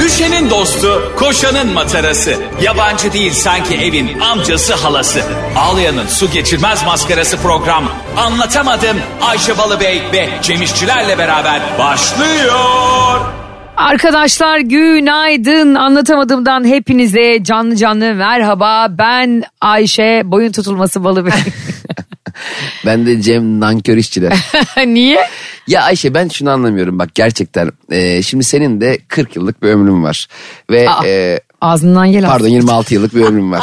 Düşenin dostu, koşanın matarası. Yabancı değil sanki evin amcası halası. Ağlayanın su geçirmez maskarası program. Anlatamadım Ayşe Balıbey ve Cemişçilerle beraber başlıyor. Arkadaşlar günaydın. Anlatamadığımdan hepinize canlı canlı merhaba. Ben Ayşe boyun tutulması balı Ben de Cem nankör işçiler. Niye? ya Ayşe ben şunu anlamıyorum bak gerçekten. Ee, şimdi senin de 40 yıllık bir ömrün var. Ve Aa, e, ağzından gel pardon 26 yıllık bir ömrüm var.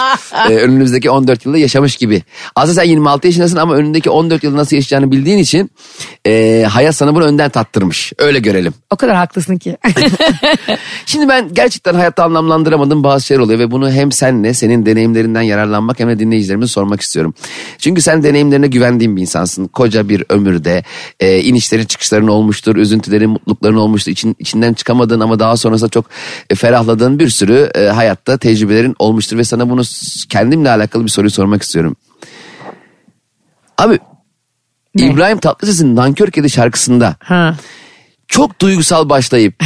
Ee, önümüzdeki 14 yılda yaşamış gibi. Aslında sen 26 yaşındasın ama önündeki 14 yılı nasıl yaşayacağını bildiğin için e, hayat sana bunu önden tattırmış. Öyle görelim. O kadar haklısın ki. Şimdi ben gerçekten hayatta anlamlandıramadığım bazı şeyler oluyor ve bunu hem senle senin deneyimlerinden yararlanmak hem de dinleyicilerimize sormak istiyorum. Çünkü sen deneyimlerine güvendiğim bir insansın. Koca bir ömürde e, inişlerin çıkışların olmuştur, üzüntülerin mutlulukların olmuştur. İçin, içinden çıkamadığın ama daha sonrasında çok e, ferahladığın bir sürü e, hayatta tecrübelerin olmuştur ve sana bunu s- kendimle alakalı bir soruyu sormak istiyorum. Abi Ne? İbrahim Tatlıses'in Nankör Kedi şarkısında ha. çok duygusal başlayıp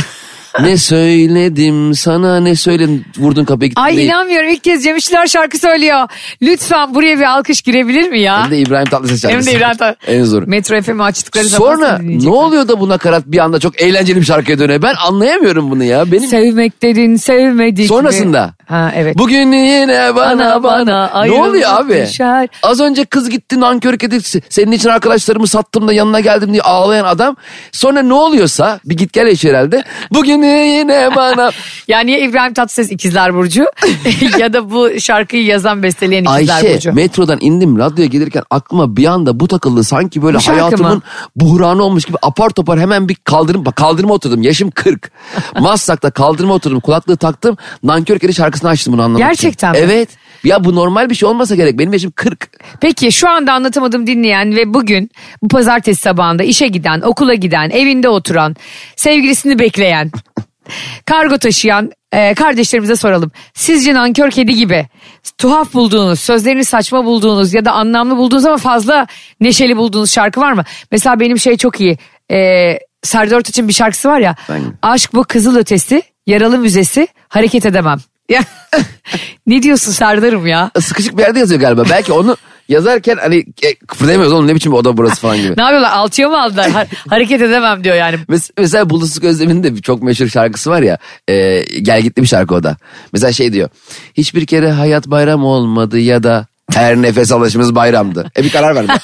ne söyledim sana ne söyledim vurdun kapıya gittin Ay deyip- inanmıyorum ilk kez Cemişçiler şarkı söylüyor. Lütfen buraya bir alkış girebilir mi ya? Hem de İbrahim Tatlıses Hem şarkısı. de İbrahim Tat- en zoru. Metro FM'i açtıkları zaman Sonra seni ne dinleyecekler. oluyor da bu nakarat bir anda çok eğlenceli bir şarkıya dönüyor? Ben anlayamıyorum bunu ya. Benim Sevmeklerin sevmedik mi? Sonrasında. Ha evet. Bugün yine bana Bana, bana bana. Ne ayrılık oluyor abi? düşer. Az önce kız gitti nankör kedi senin için arkadaşlarımı sattım da yanına geldim diye ağlayan adam. Sonra ne oluyorsa bir git gel eşi herhalde. Bugün yine bana. Yani ya İbrahim Tatlıses İkizler Burcu ya da bu şarkıyı yazan besteleyen İkizler Ayşe Burcu. şey, metrodan indim radyoya gelirken aklıma bir anda bu takıldı sanki böyle Bu şarkı hayatımın mı? buhranı olmuş gibi apar topar hemen bir kaldırım bak kaldırıma oturdum yaşım 40. Maslak'ta kaldırıma oturdum kulaklığı taktım nankör kedi şarkısını açtım bunu anlamak için. Gerçekten mi? Evet ya bu normal bir şey olmasa gerek benim yaşım 40. Peki şu anda anlatamadım dinleyen ve bugün bu pazartesi sabahında işe giden, okula giden, evinde oturan, sevgilisini bekleyen, kargo taşıyan e, kardeşlerimize soralım. Sizce nankör kedi gibi tuhaf bulduğunuz, sözlerini saçma bulduğunuz ya da anlamlı bulduğunuz ama fazla neşeli bulduğunuz şarkı var mı? Mesela benim şey çok iyi. E, Serdar Ortaç'ın bir şarkısı var ya. Hangi? Aşk bu kızıl ötesi, yaralı müzesi, hareket edemem. Ya, ne diyorsun Serdar'ım ya? Sıkışık bir yerde yazıyor galiba belki onu yazarken hani e, kıpırdayamıyoruz oğlum ne biçim bir oda burası falan gibi. Ne yapıyorlar alçıya mı aldılar? Ha- hareket edemem diyor yani. Mes- Mesela Bulutsuz Gözlem'in de bir çok meşhur şarkısı var ya. E, gel gitti bir şarkı o da. Mesela şey diyor. Hiçbir kere hayat bayram olmadı ya da her nefes alışımız bayramdı. E bir karar verme.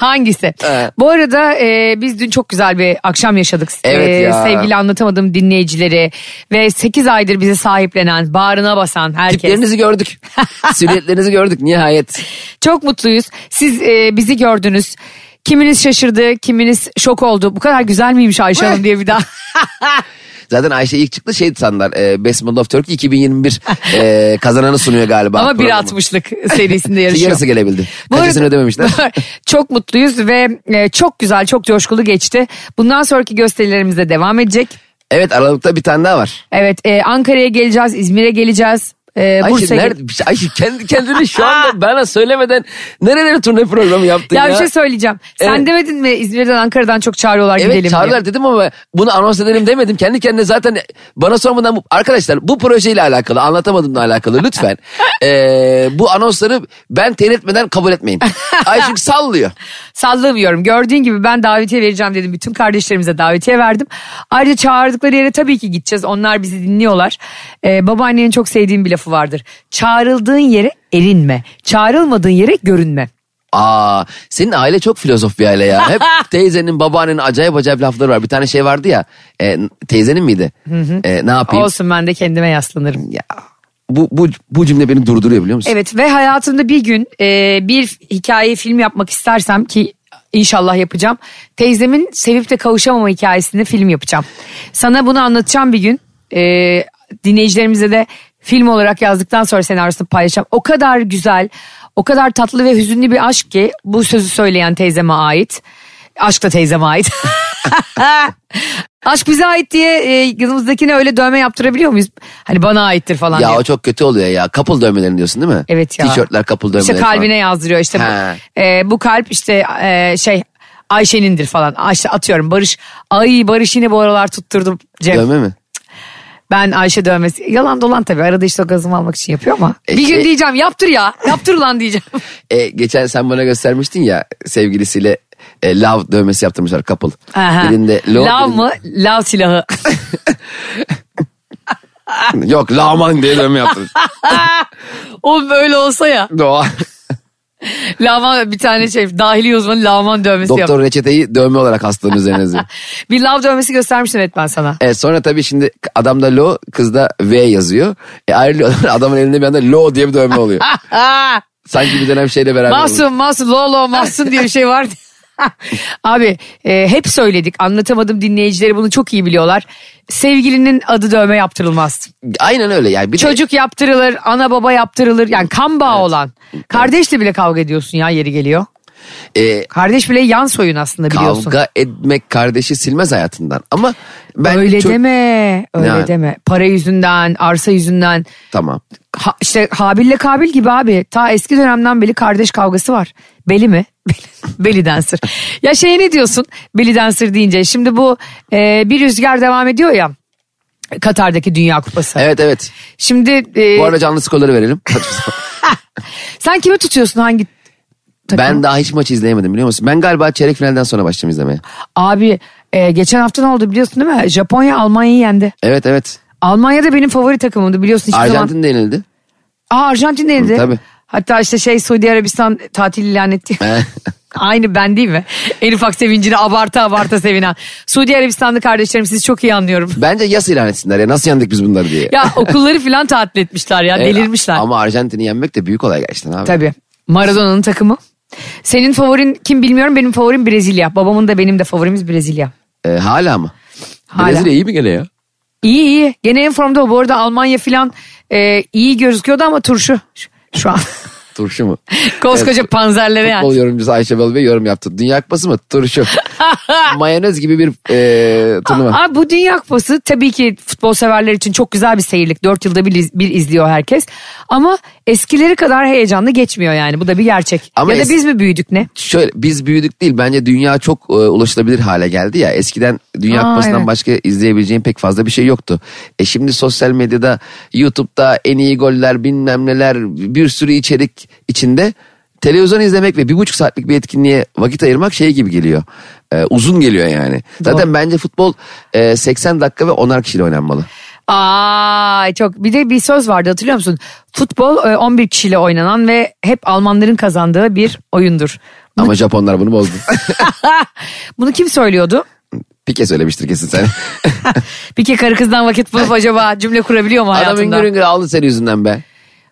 Hangisi? Evet. Bu arada e, biz dün çok güzel bir akşam yaşadık. E, Evet ya. Sevgili anlatamadığım dinleyicileri ve 8 aydır bizi sahiplenen, bağrına basan herkes. Tiplerinizi gördük. Silüetlerinizi gördük nihayet. Çok mutluyuz. Siz e, bizi gördünüz. Kiminiz şaşırdı, kiminiz şok oldu. Bu kadar güzel miymiş Ayşe Hanım diye bir daha. Zaten Ayşe ilk çıktı şey sandılar. E, Best Model of Turkey 2021 e, kazananı sunuyor galiba. Ama programı. 1.60'lık serisinde yarışıyor. Yarısı gelebildi. Bu arada- Kaçısını ödememişler. çok mutluyuz ve e, çok güzel, çok coşkulu geçti. Bundan sonraki gösterilerimiz de devam edecek. Evet Aralık'ta bir tane daha var. Evet e, Ankara'ya geleceğiz, İzmir'e geleceğiz. E, Ayşe, Bursa'ya nerede, Ayşe kendi kendini şu anda bana söylemeden nerelere turne programı yaptın ya? Ya bir şey söyleyeceğim. Sen Evet. demedin mi İzmir'den Ankara'dan çok çağırıyorlar Evet gidelim çağırdılar diye. dedim ama bunu anons edelim demedim. Kendi kendine zaten bana sormadan bu- arkadaşlar bu projeyle alakalı anlatamadığımla alakalı lütfen. Ee, bu anonsları ben ter etmeden kabul etmeyin. Ay çünkü sallıyor. Sallamıyorum. Gördüğün gibi ben davetiye vereceğim dedim. Bütün kardeşlerimize davetiye verdim. Ayrıca çağırdıkları yere tabii ki gideceğiz. Onlar bizi dinliyorlar. Ee, babaannenin çok sevdiğim bir lafı vardır. Çağrıldığın yere erinme. Çağrılmadığın yere görünme. Aa, senin aile çok filozof bir aile ya. Hep teyzenin babaannenin acayip acayip lafları var. Bir tane şey vardı ya e, teyzenin miydi? E, ne yapayım? Olsun ben de kendime yaslanırım. Ya, bu, bu, bu cümle beni durduruyor biliyor musun? Evet ve hayatımda bir gün e, bir hikaye film yapmak istersem ki inşallah yapacağım. Teyzemin sevip de kavuşamama hikayesini film yapacağım. Sana bunu anlatacağım bir gün. E, dinleyicilerimize de film olarak yazdıktan sonra senaryosunu paylaşacağım. O kadar güzel, o kadar tatlı ve hüzünlü bir aşk ki bu sözü söyleyen teyzeme ait. Aşk da teyzeme ait. Aşk bize ait diye e, yanımızdakine öyle dövme yaptırabiliyor muyuz? Hani bana aittir falan Ya diye. o çok kötü oluyor ya. Kapıl dövmelerini diyorsun değil mi? Evet ya. Tişörtler kapıl dövmeleri İşte falan. kalbine yazdırıyor işte He. bu, e, bu kalp işte e, şey Ayşe'nindir falan. Ayşe atıyorum Barış. Ay Barış yine bu aralar tutturdu Cem. Dövme mi? Ben Ayşe dövmesi. Yalan dolan tabii. Arada işte o gazımı almak için yapıyor ama. E, bir gün şey- diyeceğim yaptır ya. Yaptır lan diyeceğim. E, geçen sen bana göstermiştin ya sevgilisiyle e, love dövmesi yaptırmışlar couple. Aha. Birinde love, Lav birinde- mı? Lav silahı. Yok lağman diye dövme yaptırmış. Oğlum öyle olsa ya. Doğa. Lavan bir tane şey dahili uzmanı lavan dövmesi yap. Doktor reçeteyi dövme olarak hastanın üzerine yazıyor. Bir lav dövmesi göstermiştim evet ben sana. E, sonra tabii şimdi adamda lo kızda V yazıyor. E, ayrılıyorlar adamın elinde bir anda lo diye bir dövme oluyor. Aa, Sanki bir dönem şeyle beraber olmuş. masum masum lolo masum diye bir şey vardı. Abi e, hep söyledik anlatamadım dinleyicileri bunu çok iyi biliyorlar. Sevgilinin adı dövme yaptırılmaz. Aynen öyle yani. Bir de- Çocuk yaptırılır, ana baba yaptırılır. Yani kan bağı olan. Kardeşle bile kavga ediyorsun ya yeri geliyor. e, Kardeş bile yan soyun aslında biliyorsun. kavga etmek kardeşi silmez hayatından. Ama ben öyle çok- deme, öyle Yani. deme. Para yüzünden, arsa yüzünden. Tamam. Ha, işte Habil'le Kabil gibi abi. Ta eski dönemden beri kardeş kavgası var. Beli mi? Beli- Belly dancer. ya şey ne diyorsun? Belly dancer deyince. Şimdi bu e, bir rüzgar devam ediyor ya. Katar'daki Dünya Kupası. Evet evet. Şimdi e, Bu arada canlı skorları verelim. sen kimi tutuyorsun hangi takım? ben daha hiç maç izleyemedim biliyor musun? Ben galiba çeyrek finalden sonra başlayacağım izlemeye. Abi e, geçen hafta ne oldu biliyorsun değil mi? Japonya Almanya'yı yendi. Evet evet. Almanya da benim favori takımımdı biliyorsun hiçbir zaman. Arjantin de yenildi. Aa Arjantin yendi. Hı, tabii. Hatta işte şey Suudi Arabistan tatil ilan etti. Aynı ben değil mi? En ufak sevincini abarta abarta sevinen. Suudi Arabistanlı kardeşlerim sizi çok iyi anlıyorum. Bence yas ilan etsinler ya nasıl yendik biz bunları diye. Ya okulları filan tatil etmişler ya Evet, delirmişler. Ama Arjantin'i yenmek de büyük olay gerçekten abi. Tabii. Maradona'nın takımı. Senin favorin kim bilmiyorum benim favorim Brezilya. Babamın da benim de favorimiz Brezilya. E, hala mı? Hala. Brezilya iyi mi gene ya? İyi iyi. Gene en formda o. Bu arada Almanya filan e, iyi gözüküyordu ama turşu şu- şu an. Turşu mu? Koskoca panzerlere yani. Futbol yorumcusu Ayşe Balı Bey yorum yaptı. Dünya Kupası mı? Turşu. Mayonez gibi bir e, turnuva. Abi bu Dünya Kupası tabii ki futbol severler için çok güzel bir seyirlik. Dört yılda bir, iz- bir izliyor herkes. Ama eskileri kadar heyecanlı geçmiyor yani. Bu da bir gerçek. Ama ya da es- biz mi büyüdük ne? Şöyle biz büyüdük değil bence dünya çok e, ulaşılabilir hale geldi ya. Eskiden Dünya Aa, Kupası'ndan evet. başka izleyebileceğin pek fazla bir şey yoktu. E şimdi sosyal medyada YouTube'da en iyi goller bilmem neler bir sürü içerik içinde televizyon izlemek ve bir buçuk saatlik bir etkinliğe vakit ayırmak şey gibi geliyor. E, uzun geliyor yani. Zaten bence futbol e, 80 dakika ve 10'ar kişiyle oynanmalı. Aa çok. Bir de bir söz vardı hatırlıyor musun? Futbol e, 11 kişiyle oynanan ve hep Almanların kazandığı bir oyundur. Ama Japonlar bunu bozdu. Bunu kim söylüyordu? Pike söylemiştir kesin sen. Peki karı kızdan vakit bulup acaba cümle kurabiliyor mu Adam hayatında? hüngür hüngür ağladı senin yüzünden be.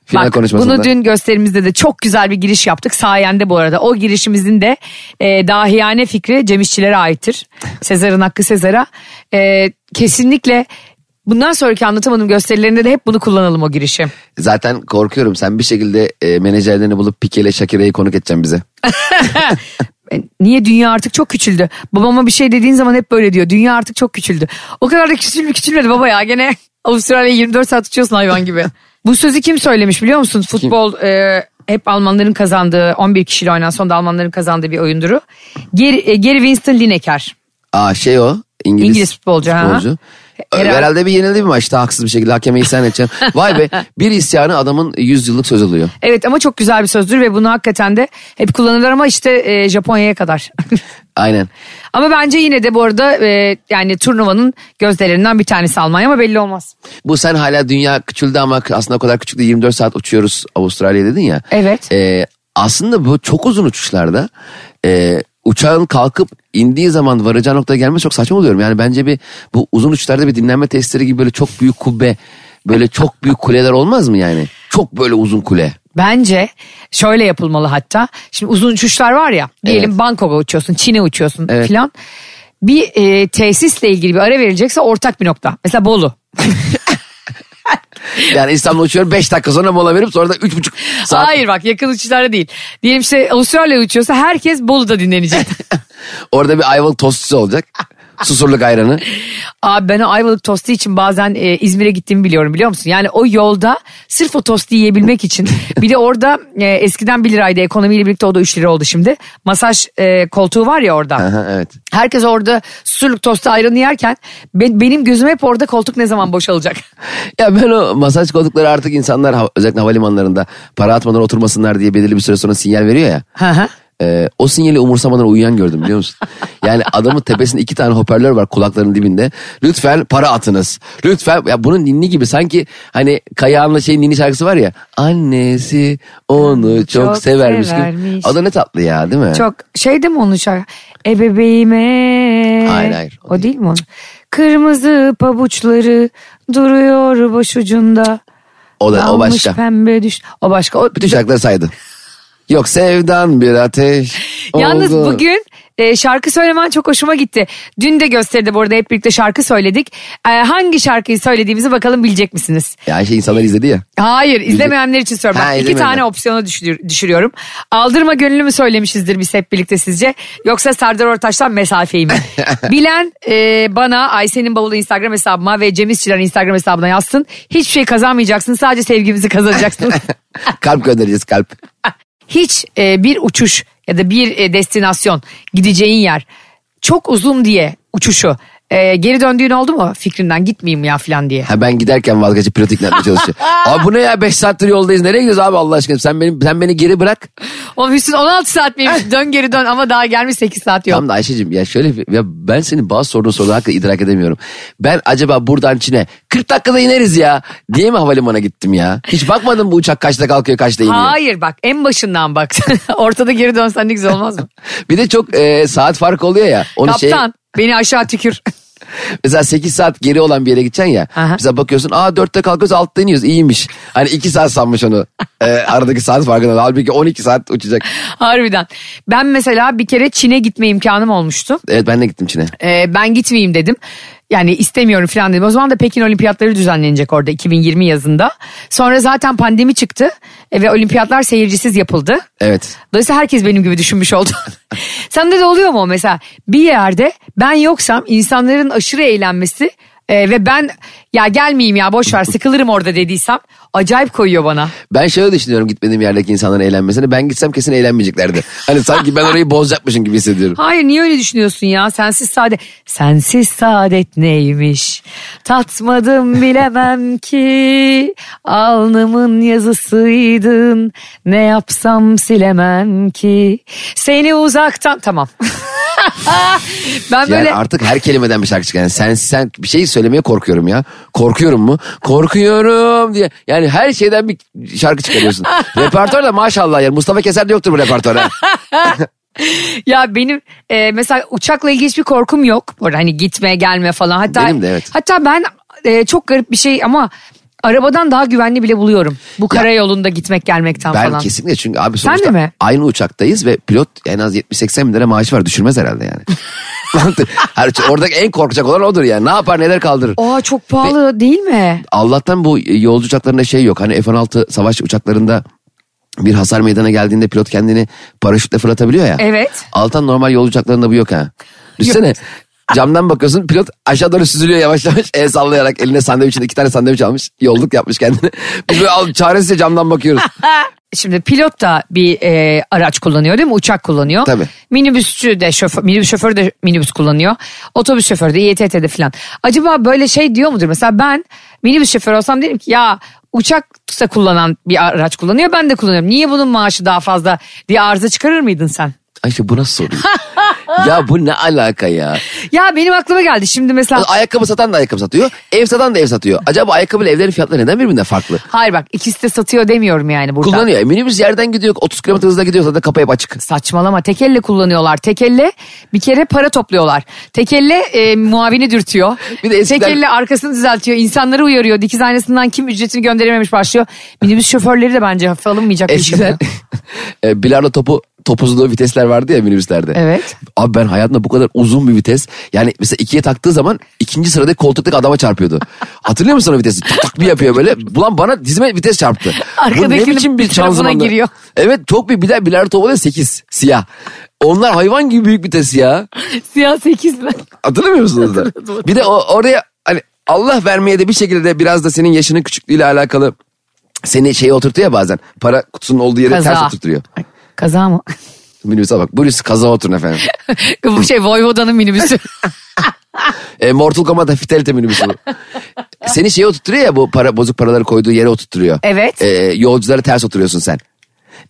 Final Bak, konuşmasında. bunu dün gösterimizde de çok güzel bir giriş yaptık sayende bu arada. O girişimizin de e, dahiyane fikri Cem İşçilere aittir. Sezar'ın hakkı Sezar'a. E, kesinlikle bundan sonraki anlatamadım gösterilerinde de hep bunu kullanalım o girişi. Zaten korkuyorum sen bir şekilde e, menajerlerini bulup Pike ile Shakira'yı konuk edeceksin bize. E, Niye dünya artık çok küçüldü? Babama bir şey dediğin zaman hep böyle diyor. Dünya artık çok küçüldü. O kadar da küçülmü küçülmedi baba ya. Gene Avustralya'yı 24 saat uçuyorsun hayvan gibi. Bu sözü kim söylemiş biliyor musun? Futbol e, hep Almanların kazandığı 11 kişiyle oynanan sonunda Almanların kazandığı bir oyunduru. Geri, e, Gary Winston Lineker. Aa şey o İngiliz, İngiliz futbolcu, ha. E, Herhalde- Herhalde. bir yenildi bir maçta haksız bir şekilde hakeme isyan edeceğim. Vay be bir isyanı adamın 100 yıllık söz oluyor. Evet ama çok güzel bir sözdür ve bunu hakikaten de hep kullanırlar ama işte e, Japonya'ya kadar. Aynen. ama bence yine de bu arada e, yani turnuvanın gözlerinden bir tanesi Almanya ama belli olmaz. Bu sen hala dünya küçüldü ama aslında o kadar küçük değil 24 saat uçuyoruz Avustralya dedin ya. Evet. E, aslında bu çok uzun uçuşlarda e, uçağın kalkıp indiği zaman varacağı noktaya gelmesi çok saçma oluyorum. Yani bence bir bu uzun uçuşlarda bir dinlenme testleri gibi böyle çok büyük kubbe böyle çok büyük kuleler olmaz mı yani? Çok böyle uzun kule. Bence şöyle yapılmalı hatta. Şimdi uzun uçuşlar var ya. Diyelim Evet. Bangkok'a uçuyorsun, Çin'e uçuyorsun Evet. filan. Bir e, tesisle ilgili bir ara verilecekse ortak bir nokta. Mesela Bolu. Yani İstanbul'a uçuyorum 5 dakika sonra mola verip sonra da 3,5 saat. Hayır bak yakın uçuşlarda değil. Diyelim işte Avustralya'ya uçuyorsa herkes Bolu'da dinlenecek. Orada bir ayvalık tostçusu olacak. Susurluk ayranı. Abi ben o Ayvalık tostu için bazen e, İzmir'e gittiğimi biliyorum biliyor musun? Yani o yolda sırf o tostu yiyebilmek için. Bir de orada e, eskiden 1 liraydı ekonomiyle birlikte o da 3 lira oldu şimdi. Masaj e, koltuğu var ya orada. Aha, evet. Herkes orada susurluk tostu ayranı yerken ben- benim gözüm hep orada koltuk ne zaman boşalacak. Ya ben o masaj koltukları artık insanlar hava- özellikle havalimanlarında para atmadan oturmasınlar diye belirli bir süre sonra sinyal veriyor ya. Hı hı. Ee, o sinyali umursamadan uyuyan gördüm biliyor musun? Yani adamın tepesinde iki tane hoparlör var kulaklarının dibinde. Lütfen para atınız. Lütfen ya bunun ninni gibi sanki hani Kayağan'la şeyin ninni şarkısı var ya. Annesi onu çok, Çok severmiş, gibi. severmiş. O da ne tatlı ya değil mi? Çok şey değil mi onun şarkı? Ebebeğime. Hayır, hayır, o O, değil. mi onun? Kırmızı pabuçları duruyor başucunda. O da o Almış başka. pembe düş. O başka. O, Bütün şarkıları saydı. Yok sevdan bir ateş. Yalnız oldu. bugün e, şarkı söylemen çok hoşuma gitti. Dün de gösteride bu arada hep birlikte şarkı söyledik. E, hangi şarkıyı söylediğimizi bakalım bilecek misiniz? Ya şey insanlar izledi ya. Hayır izlemeyenler için soruyorum. Ha, Bak, iki izlemeyenler. tane opsiyona düşür- düşürüyorum. Aldırma gönlümü söylemişizdir biz hep birlikte sizce. Yoksa Serdar Ortaç'tan mesafeyi mi? Bilen e, bana Ayşe'nin bavulu Instagram hesabıma ve Cem İşçilerin Instagram hesabına yazsın. Hiçbir şey kazanmayacaksın sadece sevgimizi kazanacaksın. kalp göndereceğiz kalp. hiç e, bir uçuş ya da bir e, destinasyon gideceğin yer çok uzun diye uçuşu e, geri döndüğün oldu mu fikrinden gitmeyeyim ya falan diye. Ha ben giderken vazgeçip pilot ikna etmeye çalışıyor. abi bu ne ya 5 saattir yoldayız nereye gidiyoruz abi Allah aşkına sen beni, sen beni geri bırak. Oğlum Hüsnü 16 saat miymiş dön geri dön ama daha gelmiş 8 saat yok. Tamam da Ayşe'cim ya şöyle bir- ya ben senin bazı sorduğun soruları hakikaten idrak edemiyorum. Ben acaba buradan Çin'e 40 dakikada ineriz ya diye mi havalimanına gittim ya? Hiç bakmadın bu uçak kaçta kalkıyor kaçta iniyor. Hayır bak en başından bak. Ortada geri dönsen ne güzel olmaz mı? Bir de çok e, saat farkı oluyor ya. Onu Kaptan şey, beni aşağı tükür. mesela 8 saat geri olan bir yere gideceksin ya. Aha. Mesela bakıyorsun aa 4'te kalkıyoruz 6'da iniyoruz iyiymiş. Hani 2 saat sanmış onu. E, aradaki saat farkından. Halbuki 12 saat uçacak. Harbiden. Ben mesela bir kere Çin'e gitme imkanım olmuştu. Evet ben de gittim Çin'e. Ee, ben gitmeyeyim dedim. Yani istemiyorum falan dedim. O zaman da Pekin Olimpiyatları düzenlenecek orada 2020 yazında. Sonra zaten pandemi çıktı e, ve olimpiyatlar seyircisiz yapıldı. Evet. Dolayısıyla herkes benim gibi düşünmüş oldu. Sende de oluyor mu o mesela? Bir yerde ben yoksam insanların aşırı eğlenmesi e, ve ben ya gelmeyeyim ya boş ver sıkılırım orada dediysem acayip koyuyor bana. Ben şöyle düşünüyorum gitmediğim yerdeki insanların eğlenmesini. Ben gitsem kesin eğlenmeyeceklerdi. Hani sanki ben orayı bozacakmışım gibi hissediyorum. Hayır niye öyle düşünüyorsun ya? Sensiz saadet. Sensiz saadet neymiş? Tatmadım bilemem ki. Alnımın yazısıydın. Ne yapsam silemem ki. Seni uzaktan... Tamam. ben Yani böyle... artık her kelimeden bir şarkı çıkıyor. Yani sen, sen bir şey söylemeye korkuyorum ya. Korkuyorum mu? Korkuyorum diye. Yani her şeyden bir şarkı çıkarıyorsun. Repertuar da maşallah yani Mustafa Keser de yoktur bu repertuarda. Ya benim e, mesela uçakla ilgili hiçbir korkum yok. Orada hani gitme gelme falan. Hatta, Benim de evet. Hatta ben e, çok garip bir şey ama arabadan daha güvenli bile buluyorum. Bu karayolunda gitmek gelmekten Ben falan. kesinlikle çünkü abi Sen de sonuçta mi? aynı uçaktayız ve pilot en az 70-80 bin lira maaşı var düşürmez herhalde yani. Mantık- Her- şey- Oradaki en korkacak olan odur yani. Ne yapar neler kaldırır. Aa çok pahalı değil mi? Allah'tan bu yolcu uçaklarında şey yok. Hani F-16 savaş uçaklarında bir hasar meydana geldiğinde pilot kendini paraşütle fırlatabiliyor ya. Evet. Altan normal yolcu uçaklarında bu yok ha. Düşsene camdan bakıyorsun pilot aşağı doğru süzülüyor yavaş yavaş el sallayarak eline sandviçin iki tane sandviç almış yolculuk yapmış kendine. Biz böyle al, çaresizce camdan bakıyoruz. Şimdi pilot da bir e, araç kullanıyor değil mi? Uçak kullanıyor. Tabii. Minibüsçü de şoför, minibüs şoförü de minibüs kullanıyor. Otobüs şoförü de İETT'de falan. Acaba böyle şey diyor mudur? Mesela ben minibüs şoförü olsam derim ki ya uçaksa kullanan bir araç kullanıyor ben de kullanıyorum. Niye bunun maaşı daha fazla diye arıza çıkarır mıydın sen? Ayşe bu nasıl soru? ya bu ne alaka ya? Ya benim aklıma geldi şimdi mesela. Ayakkabı satan da ayakkabı satıyor. Ev satan da ev satıyor. Acaba ayakkabıyla evlerin fiyatları neden birbirinden farklı? Hayır bak ikisi de satıyor demiyorum yani burada. Kullanıyor. E, Minibüs yerden gidiyor. 30 kilometre hızla gidiyor. Zaten kapı hep açık. Saçmalama tek elle kullanıyorlar. Tek elle bir kere para topluyorlar. Tek elle e, muavini dürtüyor. Bir de eskiden- Tek elle arkasını düzeltiyor. İnsanları uyarıyor. Dikiz aynasından kim ücretini gönderememiş başlıyor. Minibüs şoförleri de bence hafife alınmayacak bir şey. Eskiden yapıyor. e, bilardo topu topuzlu vitesler vardı ya minibüslerde. Evet. Abi ben hayatımda bu kadar uzun bir vites. Yani mesela ikiye taktığı zaman ikinci sıradaki koltuktaki adama çarpıyordu. Hatırlıyor musun o vitesi? Tak tak bir yapıyor böyle. Ulan bana dizime vites çarptı. Bu ne Arkadakinin biçim bir bir tarafına şanzımandı? giriyor. Evet çok bir, bir de bilardo topu da 8 siyah. Onlar hayvan gibi büyük vites ya. Siyah sekizler. Hatırlamıyor musunuz da? Hatırladım. Bir de o, oraya hani Allah vermeye de bir şekilde biraz da senin yaşının küçüklüğüyle alakalı seni şeye oturtuyor ya bazen. Para kutusunun olduğu yere ters Kaza. oturtuyor. Ay, Kaza mı? Minibüse bak. Buyurun kaza oturun efendim. Bu şey Voyvoda'nın minibüsü. E, Mortal Kombat'ta Fidelity minibüsü bu. Seni şeye oturtuyor ya bu para bozuk paraları koyduğu yere oturtuyor. Evet. E, yolculara ters oturuyorsun sen.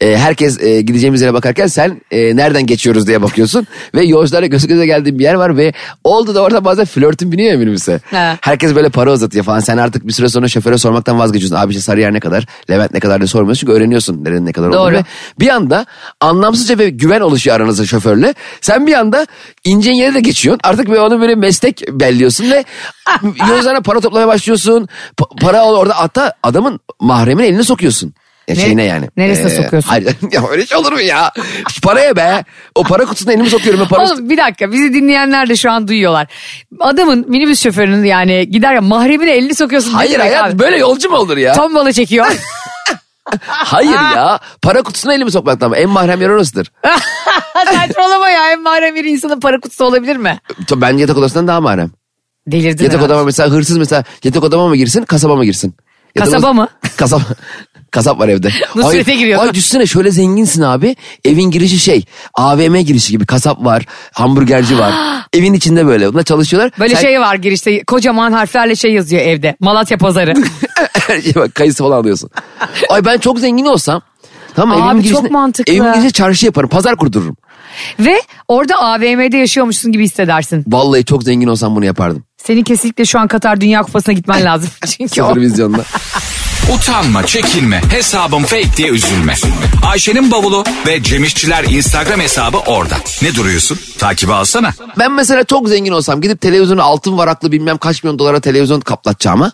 E, herkes e, gideceğimiz yere bakarken sen e, nereden geçiyoruz diye bakıyorsun. ve yolcularla göz göze geldiğin bir yer var ve oldu da orada bazen flörtün biniyor ya minibüse. Ha. Herkes böyle para uzatıyor falan. Sen artık bir süre sonra şoföre sormaktan vazgeçiyorsun. Abi işte Sarıyer ne kadar, Levent ne kadar diye sormuyorsun. Çünkü öğreniyorsun nerenin ne kadar olduğunu. Doğru. Ve bir anda anlamsızca bir güven oluşuyor aranızda şoförle. Sen bir anda ineceğin yere de geçiyorsun. Artık böyle onu böyle meslek belliyorsun ve yolcularına para toplamaya başlıyorsun. Pa- para or- orada hatta adamın mahremin eline sokuyorsun. Ya Ne- şeyine yani. Ee, neresine sokuyorsun? Hayır, ya öyle şey olur mu ya? Şu Paraya be. O para kutusuna elimi sokuyorum. Ben para Oğlum bir dakika bizi dinleyenler de şu an duyuyorlar. Adamın minibüs şoförünün yani gider ya mahremine elini sokuyorsun. ne Hayır demek hayat abi? böyle yolcu mu olur ya? Tombala çekiyor. Hayır ya. Para kutusuna elimi sokmaktan mı? En mahrem yer orasıdır. Saçmalama ya en mahrem bir insanın para kutusu olabilir mi? Tabii Ben yatak odasından daha mahrem. Delirdin Yatak herhalde. odama mesela hırsız mesela yatak odama mı girsin kasaba mı girsin? Yatak Kasaba odası- mı? Kasap, kasap var evde. Nusret'e Ay- giriyor. Ay düşsene şöyle zenginsin abi. Evin girişi şey AVM girişi gibi kasap var hamburgerci var. Evin içinde böyle bunlar çalışıyorlar. Böyle Sen- şey var girişte kocaman harflerle şey yazıyor evde. Malatya pazarı. Şey bak kayısı falan alıyorsun. Ay ben çok zengin olsam Tamam mı? Abi evimin çok girişine, mantıklı. Evimin girişine çarşı yaparım. Pazar kurdururum. Ve orada AVM'de yaşıyormuşsun gibi hissedersin. Vallahi çok zengin olsam bunu yapardım. Senin kesinlikle şu an Katar Dünya Kupası'na gitmen lazım. Çünkü o Sıfır vizyonla. Utanma, çekinme, hesabım fake diye üzülme. Ayşe'nin bavulu ve Cemişçiler Instagram hesabı orada. Ne duruyorsun? Takibi alsana. Ben mesela çok zengin olsam gidip televizyonu altın varaklı bilmem kaç milyon dolara televizyon kaplatacağıma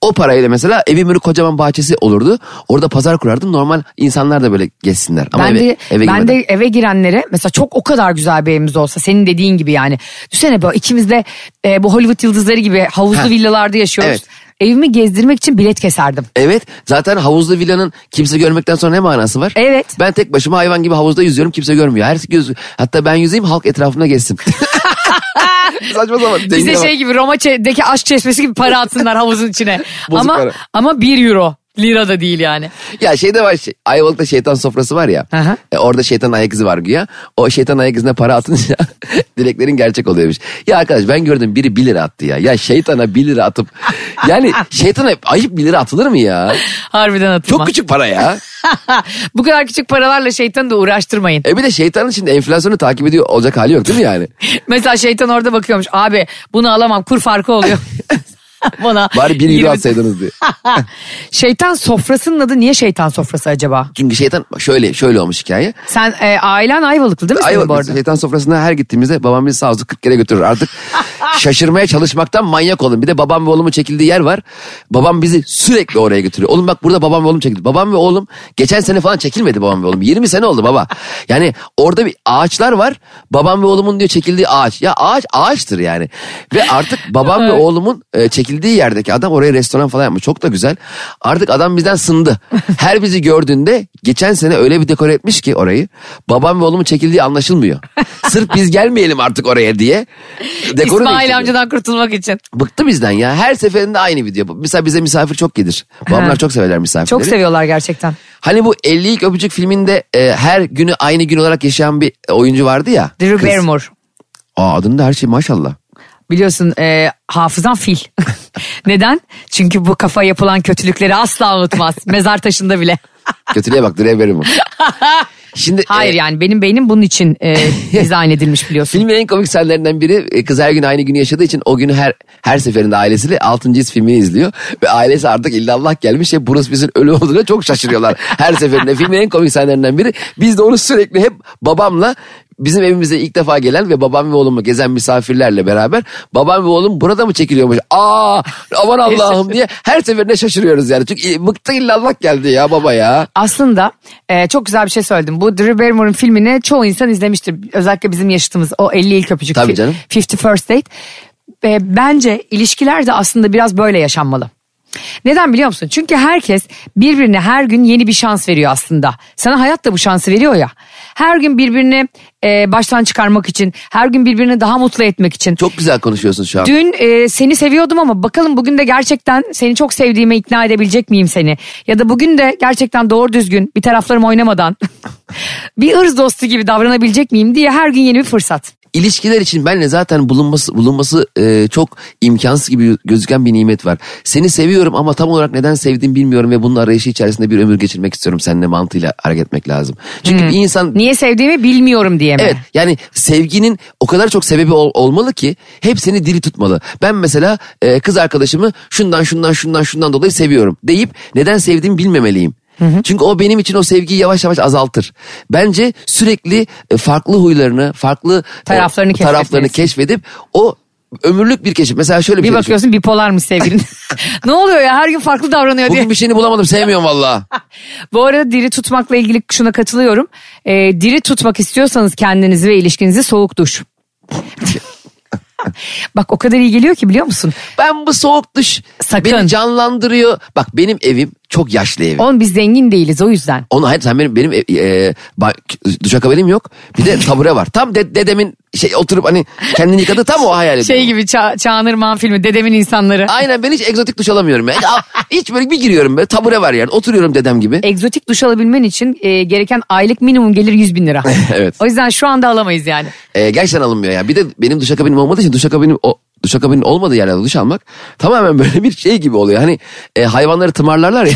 o parayla mesela evim böyle kocaman bahçesi olurdu. Orada pazar kurardım. Normal insanlar da böyle geçsinler. Ama ben eve, de, eve ben de girmeden. eve girenlere mesela çok o kadar güzel bir evimiz olsa senin dediğin gibi yani. Düşünsene böyle ikimiz de e, bu Hollywood yıldızları gibi havuzlu Ha. villalarda yaşıyoruz. Evet. Evimi gezdirmek için bilet keserdim. Evet zaten havuzlu villanın kimse görmekten sonra ne manası var? Evet. Ben tek başıma hayvan gibi havuzda yüzüyorum kimse görmüyor. Her göz, hatta ben yüzeyim halk etrafımda gezsin. Saçma sapan. denge Bize bak. şey gibi Roma çe- aşk çeşmesi gibi para atsınlar havuzun içine. Bozuk ama para. ama 1 euro. Lira da değil yani. Ya şey de var şey, Ayvalık'ta şeytan sofrası var ya. Aha. E, orada şeytan ayak izi var güya. O şeytan ayak izine para atınca dileklerin gerçek oluyormuş. Ya arkadaş ben gördüm biri 1 lira attı ya. Ya şeytana 1 lira atıp yani şeytana ayıp 1 lira atılır mı ya? Harbiden atılma. Çok küçük para ya. Bu kadar küçük paralarla şeytanı da uğraştırmayın. E bir de şeytanın şimdi enflasyonu takip ediyor olacak hali yok değil mi yani? Mesela şeytan orada bakıyormuş. Abi bunu alamam kur farkı oluyor. Bana Bari 1 20 lira atsaydınız diye. şeytan sofrasının adı niye şeytan sofrası acaba? Çünkü şeytan bak şöyle şöyle olmuş hikaye. Sen e, ailen Ayvalıklı değil mi senin bu Ayvalık arada? şeytan sofrasına her gittiğimizde babam bizi sağ olsun 40 kere götürür. Artık şaşırmaya çalışmaktan manyak olun. Bir de babam ve oğlumun çekildiği yer var. Babam bizi sürekli oraya götürüyor. Oğlum bak burada babam ve oğlum çekildi. Babam ve oğlum geçen sene falan çekilmedi babam ve oğlum. 20 sene oldu baba. Yani orada bir ağaçlar var. Babam ve oğlumun diyor çekildiği ağaç. Ya ağaç ağaçtır yani. Ve artık babam ve oğlumun e, çekildiği yerdeki adam oraya restoran falan yapmış. Çok da güzel. Artık adam bizden sındı. Her bizi gördüğünde geçen sene öyle bir dekore etmiş ki orayı. Babam ve oğlumun çekildiği anlaşılmıyor. Sırf biz gelmeyelim artık oraya diye. Dekoru İsmail değiştiriyor. amcadan kurtulmak için. Bıktı bizden ya. Her seferinde aynı video. Mesela bize misafir çok gelir. Ha. Babamlar çok severler misafirleri. Çok seviyorlar gerçekten. Hani bu 50 ilk öpücük filminde e, her günü aynı gün olarak yaşayan bir oyuncu vardı ya. Drew Kız. Barrymore. Aa adının da her şey maşallah. Biliyorsun e, hafızan fil. Neden? Çünkü bu kafa yapılan kötülükleri asla unutmaz. Mezar taşında bile. Kötülüğe bak Drew Barrymore. Şimdi Hayır e, yani benim beynim bunun için e, dizayn edilmiş biliyorsun. Filmin en komik sahnelerinden biri e, kız her gün aynı günü yaşadığı için o günü her her seferinde ailesiyle 6. His filmini izliyor. Ve ailesi artık illallah gelmiş ya burası bizim ölü olduğuna çok şaşırıyorlar. Her seferinde filmin en komik sahnelerinden biri. Biz de onu sürekli hep babamla bizim evimize ilk defa gelen ve babam ve oğlumu gezen misafirlerle beraber babam ve oğlum burada mı çekiliyormuş? Aa aman Allah'ım diye her seferinde şaşırıyoruz yani. Çünkü e, bıktı illallah geldi ya baba ya. Aslında e, çok güzel bir şey söyledim. Bu Drew Barrymore'un filmini çoğu insan izlemiştir. Özellikle bizim yaşıtımız o 50 ilk öpücük. Tabii fi- canım. 50 First Date. E, bence ilişkiler de aslında biraz böyle yaşanmalı. Neden biliyor musun? Çünkü herkes birbirine her gün yeni bir şans veriyor aslında. Sana hayat da bu şansı veriyor ya. her gün birbirini e, baştan çıkarmak için, her gün birbirini daha mutlu etmek için. Çok güzel konuşuyorsun şu an. Dün e, seni seviyordum ama bakalım bugün de gerçekten seni çok sevdiğime ikna edebilecek miyim seni? Ya da bugün de gerçekten doğru düzgün bir taraflarım oynamadan bir ırz dostu gibi davranabilecek miyim diye her gün yeni bir fırsat. İlişkiler için benle zaten bulunması bulunması e, çok imkansız gibi gözüken bir nimet var. Seni seviyorum ama tam olarak neden sevdiğimi bilmiyorum ve bunun arayışı içerisinde bir ömür geçirmek istiyorum seninle mantığıyla hareket etmek lazım. Çünkü bir insan Niye sevdiğimi bilmiyorum diye mi? Evet yani sevginin o kadar çok sebebi ol- olmalı ki hepsini diri tutmalı. Ben mesela e, kız arkadaşımı şundan şundan şundan şundan dolayı seviyorum deyip neden sevdiğimi bilmemeliyim. Çünkü o benim için o sevgiyi yavaş yavaş azaltır. Bence sürekli e, farklı huylarını, farklı e, Taraflarını taraflarını keşfetmelisin. keşfedip o ömürlük bir keşif. Mesela şöyle bir, Bir şey düşün. bakıyorsun bipolarmış sevgilin. ne oluyor ya her gün farklı davranıyor diye. Bugün bir şeyini bulamadım sevmiyorum valla. Bu arada diri tutmakla ilgili şuna katılıyorum. Ee, diri tutmak istiyorsanız kendinizi ve ilişkinizi soğuk duş. Bak o kadar iyi geliyor ki biliyor musun? Ben bu soğuk duş Sakın. beni canlandırıyor. Bak benim evim çok yaşlı evim. Oğlum biz zengin değiliz o yüzden. Onu hayır sen benim benim e, e, ba- duşakabinem yok. Bir de tabure var. Tam de- dedemin şey oturup hani kendini yıkadı tam o hayal ediyorum. Şey gibi Ça- Çağanırman filmi dedemin insanları. Aynen ben hiç egzotik duş alamıyorum. ya. Ya, hiç böyle bir giriyorum böyle tabure var yani oturuyorum dedem gibi. Egzotik duş alabilmen için e, gereken aylık minimum gelir 100 bin lira. Evet. O yüzden şu anda alamayız yani. E, gerçekten alınmıyor ya. Bir de benim duşakabinim olmadığı için duşakabinin o duşakabinin olmadığı yerlerde duş almak tamamen böyle bir şey gibi oluyor. Hani e, hayvanları tımarlarlar ya.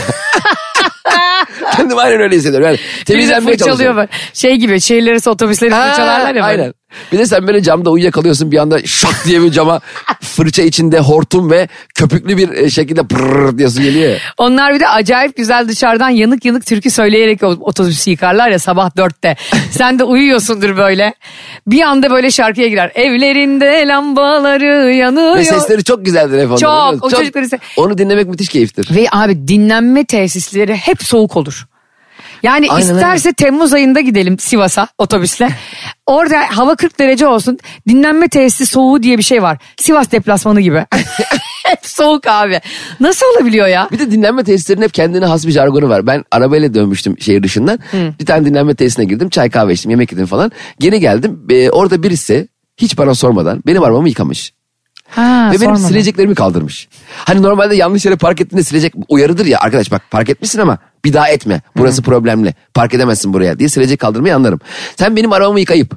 Kendimi aynen öyle hissediyorum. Yani Biri de temizlenmeye çalışıyorum. fırçalıyor böyle. Şey gibi şehirler arası otobüsleri Ha, fırçalarlar ya. böyle. Aynen. Bir de sen böyle camda uyuyakalıyorsun bir anda şak diye bir cama fırça içinde hortum ve köpüklü bir e, şekilde pırrr diyorsun geliyor. ya. Onlar bir de acayip güzel dışarıdan yanık yanık türkü söyleyerek o- otobüsü yıkarlar ya sabah dörtte. Sen de uyuyorsundur böyle. Bir anda böyle şarkıya girer. Evlerinde lambaları yanıyor. Ve sesleri çok güzeldir hep onların, Çok, biliyor musun? o çocukların se- Onu dinlemek müthiş keyiftir. Ve abi dinlenme tesisleri hep soğuk olur. Yani Aynen isterse Temmuz ayında gidelim Sivas'a otobüsle. Orada hava 40 derece olsun. Dinlenme tesisi soğuğu diye bir şey var. Sivas deplasmanı gibi. hep soğuk abi. Nasıl olabiliyor ya? Bir de dinlenme tesislerinin hep kendine has bir jargonu var. Ben arabayla dönmüştüm şehir dışından. Bir tane dinlenme tesisine girdim. Çay kahve içtim, yemek yedim falan. Geri geldim. E, orada birisi hiç bana sormadan benim arabamı yıkamış. Ha, Ve benim sormadım. sileceklerimi kaldırmış. Hani normalde yanlış yere park ettiğinde silecek uyarıdır ya arkadaş bak park etmişsin ama bir daha etme. Burası problemli. Park edemezsin buraya diye silecek kaldırmayı anlarım. Sen benim arabamı yıkayıp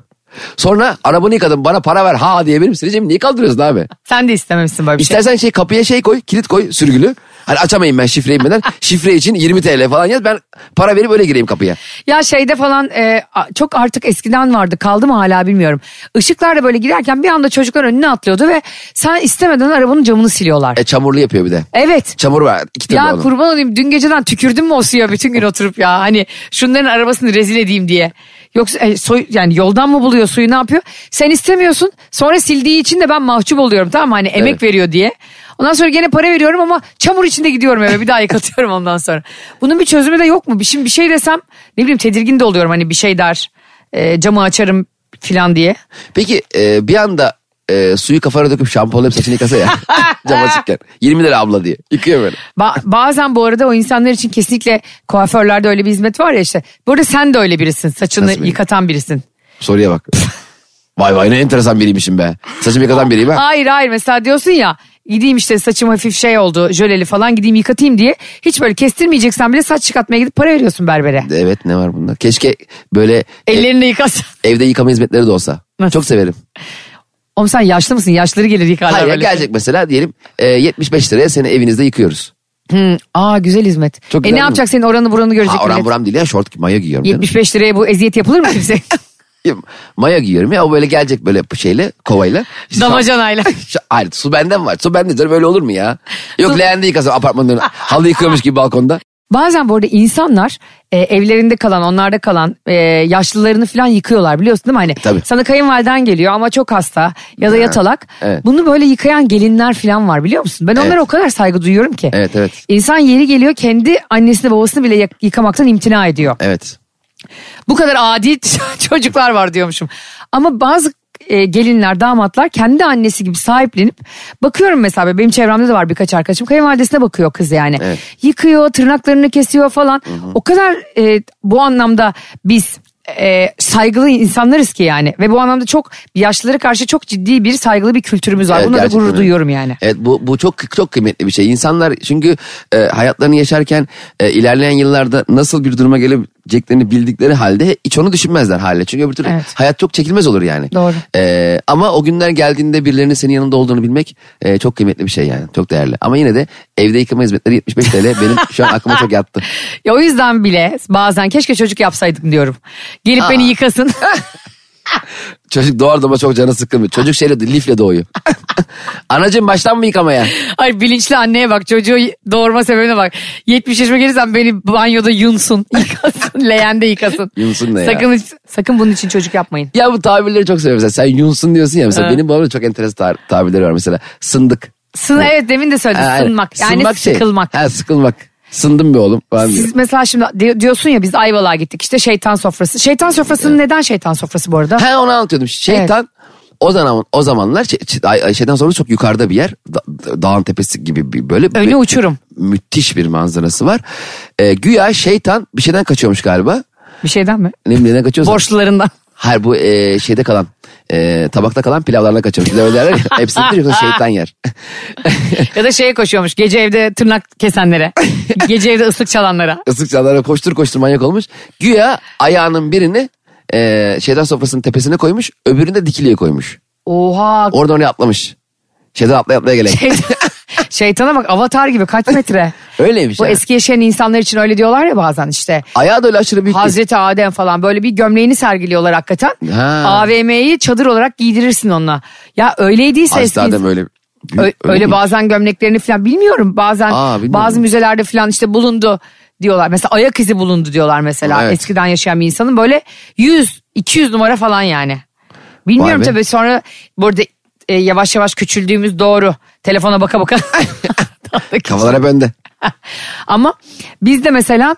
sonra arabanı yıkadım bana para ver ha diye benim sileceğimi niye kaldırıyorsun abi? Sen de istememişsin böyle bir şey. İstersen şey kapıya şey koy kilit koy sürgülü. Hani açamayayım ben şifreyi bilmeden. Şifre için 20 TL falan yaz ben para verip öyle gireyim kapıya. Ya şeyde falan e, a- çok artık eskiden vardı kaldı mı hala bilmiyorum. Işıklarla böyle girerken bir anda çocuklar önüne atlıyordu ve sen istemeden arabanın camını siliyorlar. E çamurlu yapıyor bir de. Evet. Çamur var iki türlü Ya onun. kurban olayım dün geceden tükürdüm mü o suya bütün gün oturup ya hani şunların arabasını rezil edeyim diye. Yoksa e, soy, yani yoldan mı buluyor suyu ne yapıyor? Sen istemiyorsun sonra sildiği için de ben mahcup oluyorum tamam mı hani emek Evet. veriyor diye. Ondan sonra gene para veriyorum ama çamur içinde gidiyorum eve bir daha yıkatıyorum ondan sonra. Bunun bir çözümü de yok mu? Bir- Şimdi bir şey desem ne bileyim tedirgin de oluyorum hani bir şey der e, camı açarım filan diye. Peki e, bir anda e, suyu kafana döküp şampuanla hep saçını yıkasa ya. Cam açıkken. 20 lira abla diye. Yıkıyor böyle. Ba- bazen bu arada o insanlar için kesinlikle kuaförlerde öyle bir hizmet var ya işte. Bu arada sen de öyle birisin. Saçını Nasıl benim? yıkatan birisin. Soruya bak. vay vay ne enteresan biriymişim be. Saçımı yıkatan biriyim ha. Hayır hayır mesela diyorsun ya gideyim işte saçım hafif şey oldu jöleli falan gideyim yıkatayım diye. Hiç böyle kestirmeyeceksen bile saç çıkartmaya gidip para veriyorsun berbere. Evet ne var bunda? Keşke böyle e, Ellerini yıkasın. evde yıkama hizmetleri de olsa. Nasıl? Çok severim. Oğlum sen yaşlı mısın? Yaşları gelir yıkarlar Hayır böyle. şey. gelecek mesela diyelim e, 75 liraya seni evinizde yıkıyoruz. Hı, Hmm. aa güzel hizmet. Çok e güzel ne değil mi? yapacak senin oranı buranı görecek Ha, oran millet. buram değil ya şort maya giyiyorum. canım. 75 liraya bu eziyet yapılır mı kimse? Maya giyiyorum ya o böyle gelecek böyle şeyle kovayla. İşte Damacanayla. Şu- Hayır su benden var. Su bende canım öyle olur mu ya? Yok Su- leğende yıkasın apartmanın önüne. Halı yıkıyormuş gibi balkonda. Bazen bu arada insanlar e, evlerinde kalan, onlarda kalan e, yaşlılarını falan yıkıyorlar biliyorsun değil mi? Hani E, Tabii. sana kayınvaliden geliyor ama çok hasta ya da yatalak. evet. Bunu böyle yıkayan gelinler falan var biliyor musun? Ben onlara Evet. o kadar saygı duyuyorum ki. Evet, evet. İnsan yeri geliyor kendi annesini babasını bile yak- yıkamaktan imtina ediyor. Evet. Bu kadar adi çocuklar var diyormuşum. Ama bazı e, gelinler, damatlar kendi annesi gibi sahiplenip bakıyorum mesela benim çevremde de var birkaç arkadaşım. Kayınvalidesine bakıyor kız yani. Evet. Yıkıyor, tırnaklarını kesiyor falan. O kadar e, bu anlamda biz e, saygılı insanlarız ki yani. Ve bu anlamda çok yaşlılara karşı çok ciddi bir saygılı bir kültürümüz var. Evet, Buna da gerçekten gurur öyle. duyuyorum yani. Evet bu bu çok çok kıymetli bir şey. İnsanlar çünkü e, hayatlarını yaşarken e, ilerleyen yıllarda nasıl bir duruma gelebileceklerini bildikleri halde hiç onu düşünmezler hale. Çünkü öbür türlü Evet. hayat çok çekilmez olur yani. Doğru. E, ama o günler geldiğinde birilerinin senin yanında olduğunu bilmek e, çok kıymetli bir şey yani. Çok değerli. Ama yine de evde yıkama hizmetleri 75 TL benim şu an aklıma çok yattı. Ya o yüzden bile bazen keşke çocuk yapsaydım diyorum. Gelip beni yıkasın. Çocuk doğar doğmaz çok canı sıkkın bir. Çocuk şeyle lifle doğuyor. Anacığım baştan mı yıkamaya? Ay bilinçli anneye bak çocuğu doğurma sebebine bak. 70 yaşıma gelirsem beni banyoda yunsun, yıkasın, leğende yıkasın. Yunsun ne ya? sakın, hiç- Sakın bunun için çocuk yapmayın. Ya bu tabirleri çok seviyorum. Mesela sen Yunus'un diyorsun ya mesela. Evet. Benim babamda çok enteresan tar- tabirleri var mesela. Sındık. Sın, evet demin de söyledim Ha, sınmak. Yani şey. sıkılmak. Ha, sıkılmak. Sındım be oğlum falan diyor. Siz mesela şimdi di- diyorsun ya biz Ayvalık'a gittik işte şeytan sofrası. Şeytan sofrasının neden şeytan sofrası bu arada? Ha onu anlatıyordum. Şeytan o zaman o zamanlar şey- şey- ay- ay- şeytan sonra çok yukarıda bir yer. Da- da- dağın tepesi gibi bir böyle. Önü bir- uçurum. Müthiş bir manzarası var. Ee, güya şeytan bir şeyden kaçıyormuş galiba. Bir şeyden mi? Ne bileyim neden kaçıyorsa. Borçlularından. Hayır bu e, şeyde kalan e, tabakta kalan pilavlarla kaçıyormuş. Pilav derler ya, hepsini bitir yoksa şeytan yer. ya da şeye koşuyormuş gece evde tırnak kesenlere. gece evde ıslık çalanlara. ıslık çalara koştur koştur manyak olmuş. Güya ayağının birini e, şeytan sofrasının tepesine koymuş. Öbürünü de dikiliye koymuş. Oha. Oradan oraya atlamış. Şeytan atlaya atlaya gelen. Şeytan- Şeytana bak avatar gibi kaç metre. Öyleymiş Bu yani. eski yaşayan insanlar için öyle diyorlar ya bazen işte. Ayağı da öyle aşırı büyük. değil. Hazreti Adem falan böyle bir gömleğini sergiliyorlar hakikaten. Ha. AVM'yi çadır olarak giydirirsin onunla. Ya öyleydiyse Hazreti eski Adem öyle. Ö- büyük- öyle, miymiş? bazen gömleklerini falan bilmiyorum. Bazen Aa, bilmiyorum. bazı müzelerde falan işte bulundu diyorlar. Mesela ayak izi bulundu diyorlar mesela Evet. eskiden yaşayan bir insanın böyle 100 200 numara falan yani. Bilmiyorum Vay be. tabii sonra burada e, yavaş yavaş küçüldüğümüz doğru. Telefona baka baka. Kafalara bende. Ama biz de mesela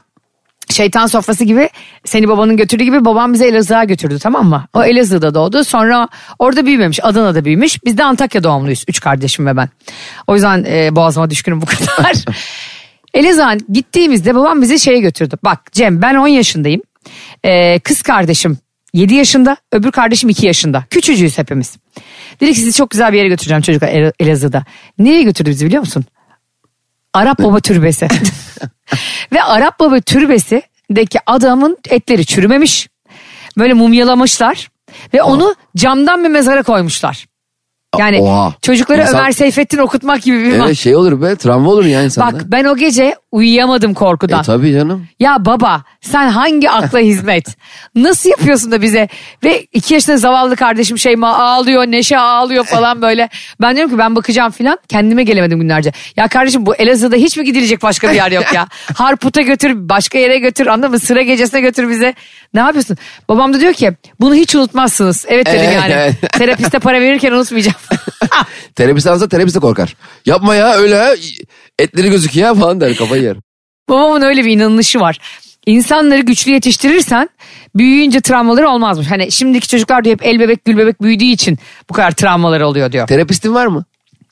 şeytan sofrası gibi seni babanın götürdüğü gibi babam bizi Elazığ'a götürdü tamam mı? O Elazığ'da doğdu sonra orada büyümemiş Adana'da büyümüş biz de Antakya doğumluyuz üç kardeşim ve ben. O yüzden e, boğazıma düşkünüm bu kadar. Elazığ'a gittiğimizde babam bizi şeye götürdü. Bak Cem ben 10 yaşındayım E, kız kardeşim 7 yaşında öbür kardeşim 2 yaşında küçücüğüz hepimiz. Dedi ki sizi çok güzel bir yere götüreceğim çocuklar El- Elazığ'da. Nereye götürdü bizi biliyor musun? Arap Baba Türbesi. Ve Arap Baba Türbesi'deki adamın etleri çürümemiş. Böyle mumyalamışlar. Ve onu camdan bir mezara koymuşlar. Yani Oha. çocuklara İnsan- Ömer Seyfettin okutmak gibi bir Evet şey olur be travma olur ya insanda. Bak ben o gece uyuyamadım korkudan. E tabii canım. Ya baba sen hangi akla hizmet? Nasıl yapıyorsun da bize? Ve iki yaşında zavallı kardeşim Şeyma ağlıyor, Neşe ağlıyor falan böyle. Ben diyorum ki ben bakacağım filan. Kendime gelemedim günlerce. Ya kardeşim bu Elazığ'da hiç mi gidilecek başka bir yer yok ya? Harput'a götür, başka yere götür anladın mı? Sıra gecesine götür bize. Ne yapıyorsun? Babam da diyor ki bunu hiç unutmazsınız. Evet dedim Evet, yani. evet. Terapiste para verirken unutmayacağım. Terapist alsa terapist de korkar. Yapma ya öyle ha. Etleri gözüküyor ya falan der kafayı yer. Babamın öyle bir inanışı var. İnsanları güçlü yetiştirirsen büyüyünce travmaları olmazmış. Hani şimdiki çocuklar da hep el bebek gül bebek büyüdüğü için bu kadar travmaları oluyor diyor. Terapistin var mı?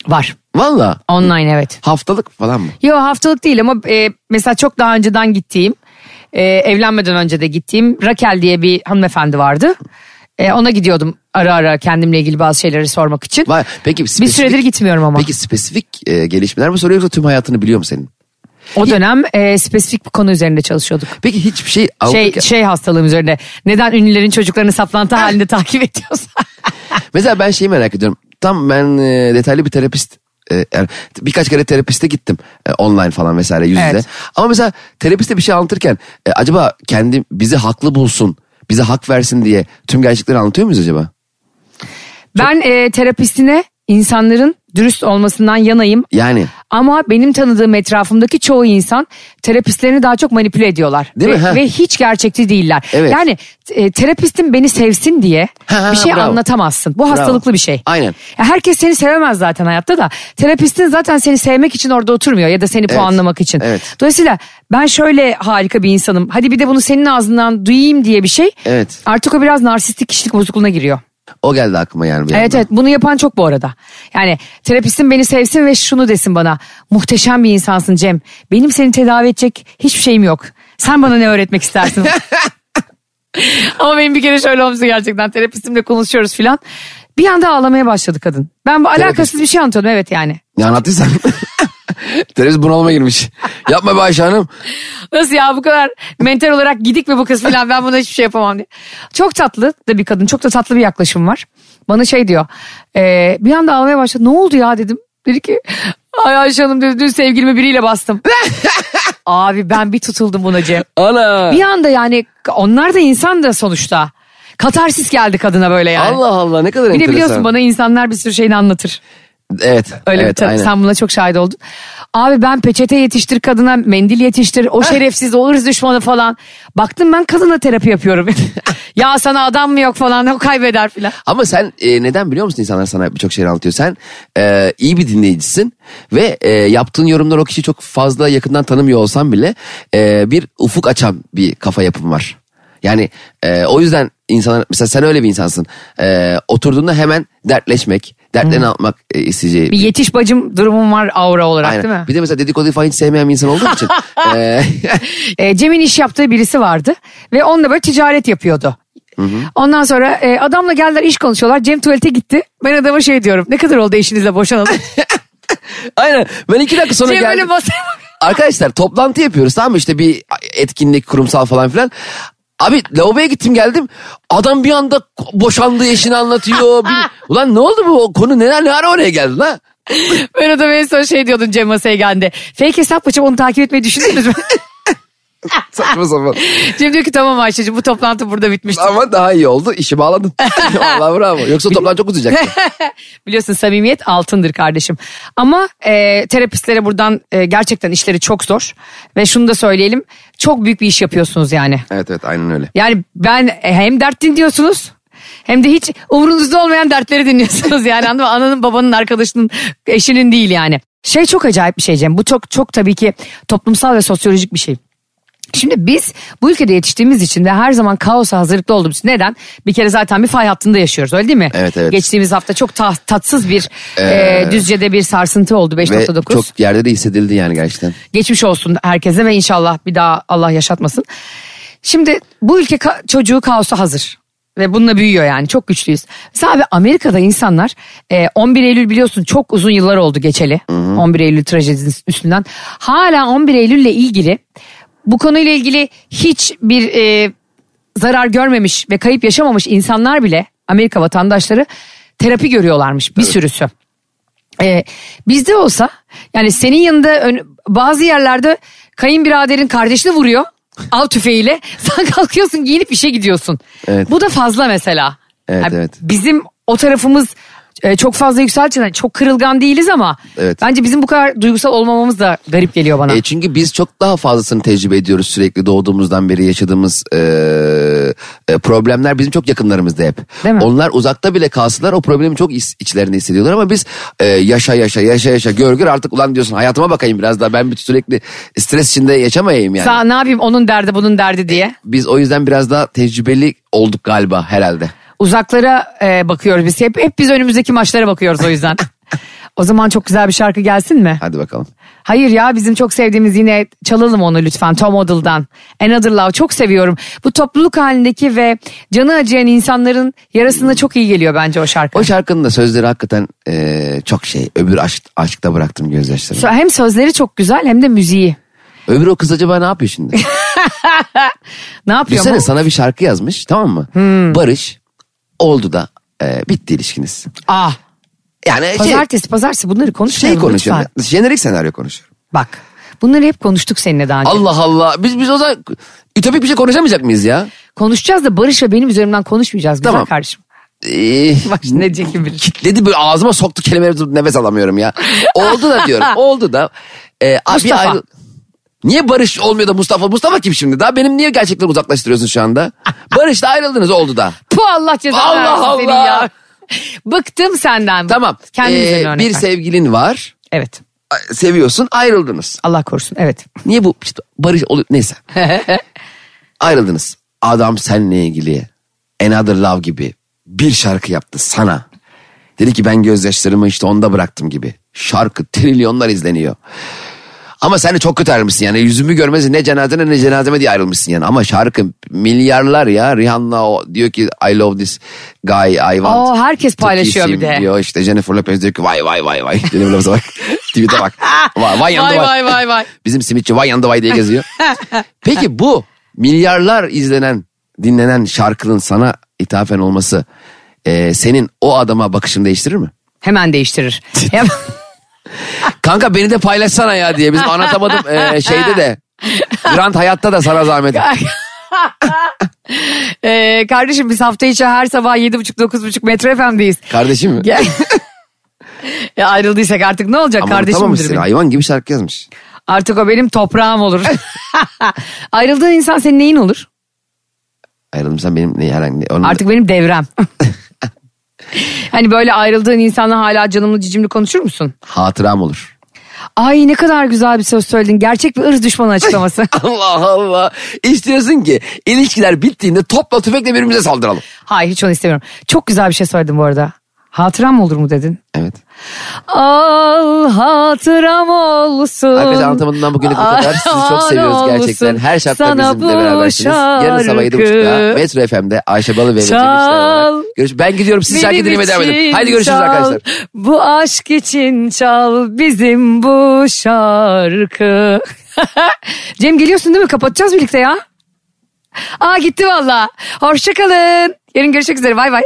Var. Valla. Online evet. Haftalık falan mı? Yo haftalık değil ama e, mesela çok daha önceden gittiğim, e, evlenmeden önce de gittiğim Rakel diye bir hanımefendi vardı. E, ona gidiyordum ara ara kendimle ilgili bazı şeyleri sormak için. Var. Peki bir spesifik- süredir gitmiyorum ama. Peki spesifik e, gelişmeler mi soruyor yoksa tüm hayatını biliyor mu senin? o dönem e, spesifik bir konu üzerinde çalışıyorduk. Peki hiçbir şey Şey, Avrupa- şey hastalığım üzerinde. Neden ünlülerin çocuklarını saplantı halinde takip ediyorsa. Mesela ben şeyi merak ediyorum. Tam ben e, detaylı bir terapist e, yani birkaç kere terapiste gittim E, online falan vesaire yüz yüze. Evet. Ama mesela terapiste bir şey anlatırken e, acaba kendi bizi haklı bulsun, bize hak versin diye tüm gerçekleri anlatıyor muyuz acaba? Ben e, terapistine insanların dürüst olmasından yanayım. Yani Ama benim tanıdığım etrafımdaki çoğu insan terapistlerini daha çok manipüle ediyorlar. Değil ve, mi? Ha. ve hiç gerçekçi değiller. Evet. Yani e, terapistin beni sevsin diye Ha, ha, bir şey bravo. anlatamazsın. Bu hastalıklı bir şey. Aynen. Ya herkes seni sevemez zaten hayatta da. Terapistin zaten seni sevmek için orada oturmuyor ya da seni puanlamak için. Evet. Dolayısıyla ben şöyle harika bir insanım. Hadi bir de bunu senin ağzından duyayım diye bir şey. Evet. Artık o biraz narsistik kişilik bozukluğuna giriyor. o geldi aklıma yani. bir Evet yandan. evet bunu yapan çok bu arada. Yani terapistim beni sevsin ve şunu desin bana. Muhteşem bir insansın Cem. Benim seni tedavi edecek hiçbir şeyim yok. Sen bana ne öğretmek istersin? Ama benim bir kere şöyle olmuştu gerçekten. Terapistimle konuşuyoruz filan. Bir anda ağlamaya başladı kadın. Ben bu alakasız bir şey anlatıyordum evet yani. Ne anlattıysan. Terörist bunalıma girmiş. Yapma be Ayşe Hanım. Nasıl ya bu kadar mental olarak gidik mi bu kız filan ben buna hiçbir şey yapamam diye. Çok tatlı da bir kadın çok da tatlı bir yaklaşım var. Bana şey diyor e, bir anda ağlamaya başladı ne oldu ya dedim. Dedi ki ay Ayşe Hanım dedi dün sevgilimi biriyle bastım. Abi ben bir tutuldum buna Cem. Ana. Bir anda yani onlar da insan da sonuçta. Katarsis geldi kadına böyle yani. Allah Allah ne kadar bir enteresan. de biliyorsun bana insanlar bir sürü şeyini anlatır. Evet. Öyle evet, bir tabii aynen. sen buna çok şahit oldun. Abi ben peçete yetiştir kadına mendil yetiştir o Ah. şerefsiz o ırz düşmanı falan. Baktım ben kadına terapi yapıyorum. ya sana adam mı yok falan o kaybeder filan. Ama sen e, neden biliyor musun insanlar sana birçok şey anlatıyor. Sen e, iyi bir dinleyicisin ve e, yaptığın yorumlar o kişiyi çok fazla yakından tanımıyor olsan bile e, bir ufuk açan bir kafa yapım var. Yani e, o yüzden insanlar mesela sen öyle bir insansın. E, oturduğunda hemen dertleşmek, dertlerini atmak e, isteyeceği. Bir yetiş bacım durumum var aura olarak Aynen. değil mi? Bir de mesela dedikoduyu falan hiç sevmeyen bir insan olduğum için. e, E, Cem'in iş yaptığı birisi vardı ve onunla böyle ticaret yapıyordu. Ondan sonra e, adamla geldiler iş konuşuyorlar. Cem tuvalete gitti. Ben adama şey diyorum. Ne kadar oldu eşinizle boşanalı? aynen ben iki dakika sonra Cem geldim. böyle masaya bak- Arkadaşlar toplantı yapıyoruz tamam mı işte bir etkinlik kurumsal falan filan. Abi lavaboya gittim geldim. Adam bir anda boşandığı eşini anlatıyor. Bir- Ulan ne oldu bu O konu neler ne ara oraya geldi lan? Ben adama en son şey diyordum Cem masaya geldi. Fake hesap açıp onu takip etmeyi düşündünüz mü? Saçma sapan. Cem diyor ki tamam Ayşe'cim bu toplantı burada bitmişti. Ama daha iyi oldu işi bağladın. Vallahi bravo. Yoksa toplantı çok uzayacaktı. Biliyorsun samimiyet altındır kardeşim. Ama e, terapistlere buradan e, gerçekten işleri çok zor. Ve şunu da söyleyelim. Çok büyük bir iş yapıyorsunuz yani. evet evet aynen öyle. Yani ben e, hem dert dinliyorsunuz hem de hiç umurunuzda olmayan dertleri dinliyorsunuz yani anladın mı? Ananın babanın arkadaşının eşinin değil yani. Şey çok acayip bir şey Cem bu çok çok tabii ki toplumsal ve sosyolojik bir şey. Şimdi biz bu ülkede yetiştiğimiz için de her zaman kaosa hazırlıklı olduğumuz için neden? Bir kere zaten bir fay hattında yaşıyoruz öyle değil mi? Evet, evet. Ee, Geçtiğimiz hafta çok ta- tatsız bir e, düzcede bir sarsıntı oldu Ve 5.9 çok yerde de hissedildi yani gerçekten. geçmiş olsun herkese ve inşallah bir daha Allah yaşatmasın. Şimdi bu ülke ka- çocuğu kaosa hazır ve bununla büyüyor yani çok güçlüyüz. Mesela abi Amerika'da insanlar e, 11 Eylül biliyorsun çok uzun yıllar oldu geçeli 11 Eylül trajedinin üstünden. Hala 11 Eylül'le ilgili bu konuyla ilgili hiçbir e, zarar görmemiş ve kayıp yaşamamış insanlar bile Amerika vatandaşları terapi görüyorlarmış bir sürüsü. Ee, bizde olsa yani senin yanında ön- bazı yerlerde kayınbiraderin kardeşini vuruyor av tüfeğiyle. Sen kalkıyorsun giyinip işe gidiyorsun. Evet. Bu da fazla mesela. Evet, evet. Bizim o tarafımız e, çok fazla yükseltilen çok kırılgan değiliz ama Evet. bence bizim bu kadar duygusal olmamamız da garip geliyor bana. E, çünkü biz çok daha fazlasını tecrübe ediyoruz sürekli doğduğumuzdan beri yaşadığımız e, e, problemler bizim çok yakınlarımızda hep. Değil mi? Onlar uzakta bile kalsalar o problemi çok iç- içlerinde hissediyorlar ama biz e, yaşa yaşa yaşa yaşa gör gör artık ulan diyorsun hayatıma bakayım biraz daha ben bir sürekli stres içinde yaşamayayım yani. Sağ, ne yapayım onun derdi bunun derdi diye. biz o yüzden biraz daha tecrübeli olduk galiba herhalde. Uzaklara e, bakıyoruz biz. Hep, hep biz önümüzdeki maçlara bakıyoruz o yüzden. o zaman çok güzel bir şarkı gelsin mi? Hadi bakalım. Hayır ya bizim çok sevdiğimiz yine çalalım onu lütfen Tom Odell'dan. Another Love çok seviyorum. Bu topluluk halindeki ve canı acıyan insanların yarasında çok iyi geliyor bence o şarkı. O şarkının da sözleri hakikaten e, çok şey öbür aşk, aşkta bıraktım gözyaşlarımı. Sö- hem sözleri çok güzel hem de müziği. Öbür o kız acaba ne yapıyor şimdi? Ne yapıyor Düşünsene mu? sana bir şarkı yazmış tamam mı? Hmm. Barış oldu da e, bitti ilişkiniz. Ah, Yani şey, pazartesi pazartesi bunları şey konuşmayalım konuşuyorum. lütfen. Jenerik senaryo konuşuyorum. Bak bunları hep konuştuk seninle daha önce. Allah Allah. Biz biz o zaman ütopik bir şey konuşamayacak mıyız ya? Konuşacağız da Barış ve benim üzerimden konuşmayacağız güzel Tamam. kardeşim. Ee, Bak şimdi ne diyecek kim bilir. kitledi böyle ağzıma soktu kelimeleri tutup nefes alamıyorum ya. Oldu da diyorum. Oldu da. Ee, abi Mustafa. ayrı- Niye Barış olmuyor da Mustafa? Mustafa kim şimdi? Daha benim niye gerçekten uzaklaştırıyorsun şu anda? Barış'la ayrıldınız oldu da. Puh Allah cezanı Allah versin seni Allah. ya. Bıktım senden. Tamam. Kendi Ee, üzerine örnek bir ver. sevgilin var. Evet. Seviyorsun. Ayrıldınız. Allah korusun. Evet. Niye bu işte barış oluyor neyse. Ayrıldınız. Adam seninle ilgili Another Love gibi bir şarkı yaptı sana. Dedi ki ben gözyaşlarımı işte onda bıraktım gibi. Şarkı trilyonlar izleniyor. Ama sen de çok kötü ayrılmışsın yani. Yüzümü görmezsin ne cenazene ne cenazeme diye ayrılmışsın yani. Ama şarkı milyarlar ya. Rihanna o diyor ki I love this guy I want. Oo, herkes to paylaşıyor kiss him" bir de. Diyor işte Jennifer Lopez diyor ki vay vay vay vay. Jennifer Lopez'e bak. Tweet'e bak. Vay, vay yandı Vay vay. vay vay vay. Bizim simitçi vay yandı vay diye geziyor. Peki bu milyarlar izlenen, dinlenen şarkının sana ithafen olması e, senin o adama bakışını değiştirir mi? Hemen değiştirir. Hemen- Kanka beni de paylaşsana ya diye biz anlatamadım e, şeyde de. Grand Hayat'ta da sana zahmet. Ee, kardeşim biz hafta içi her sabah 7.30-9.30 Metro FM'deyiz. Kardeşim mi? Gel. ya ayrıldıysak artık ne olacak Ama kardeşim unutamamışsın. Hayvan gibi şarkı yazmış. Artık o benim toprağım olur. Ayrıldığın insan senin neyin olur? Ayrıldım sen benim ne herhangi onun Artık benim devrem. hani böyle ayrıldığın insanla hala canımlı cicimli konuşur musun? hatıram olur. Ay ne kadar güzel bir söz söyledin. Gerçek bir ırz düşmanı açıklaması. Allah Allah. İstiyorsun ki ilişkiler bittiğinde topla tüfekle birbirimize saldıralım. Hayır hiç onu istemiyorum. Çok güzel bir şey söyledin bu arada. Hatıram olur mu dedin? Evet. Al hatıram olsun. Arkadaşlar anlatamadığımdan bugüne kadar sizi çok seviyoruz gerçekten. Her şartta Sana bizimle bu berabersiniz. Yarın sabah 7.30'da şarkı Metro FM'de Ayşe Balı ve Mete Çal. Gençler olarak görüş- Ben gidiyorum siz şarkı Benim dinlemeye devam edin. için Haydi görüşürüz çal, arkadaşlar. Bu aşk için çal bizim bu şarkı. Cem geliyorsun değil mi? Kapatacağız birlikte ya. Aa gitti valla. Hoşçakalın. Yarın görüşmek üzere. Bay bay.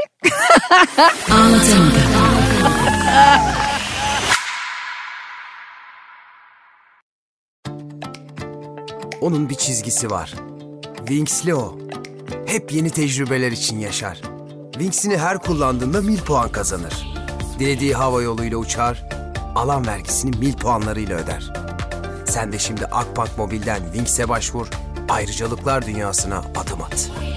Onun bir çizgisi var. Wings'li o. Hep yeni tecrübeler için yaşar. Wings'ini her kullandığında 1000 puan kazanır. Dilediği hava yoluyla uçar, alan vergisini 1000 puanlarıyla öder. Sen de şimdi Akbank Mobil'den Wings'e başvur, ayrıcalıklar dünyasına adım at.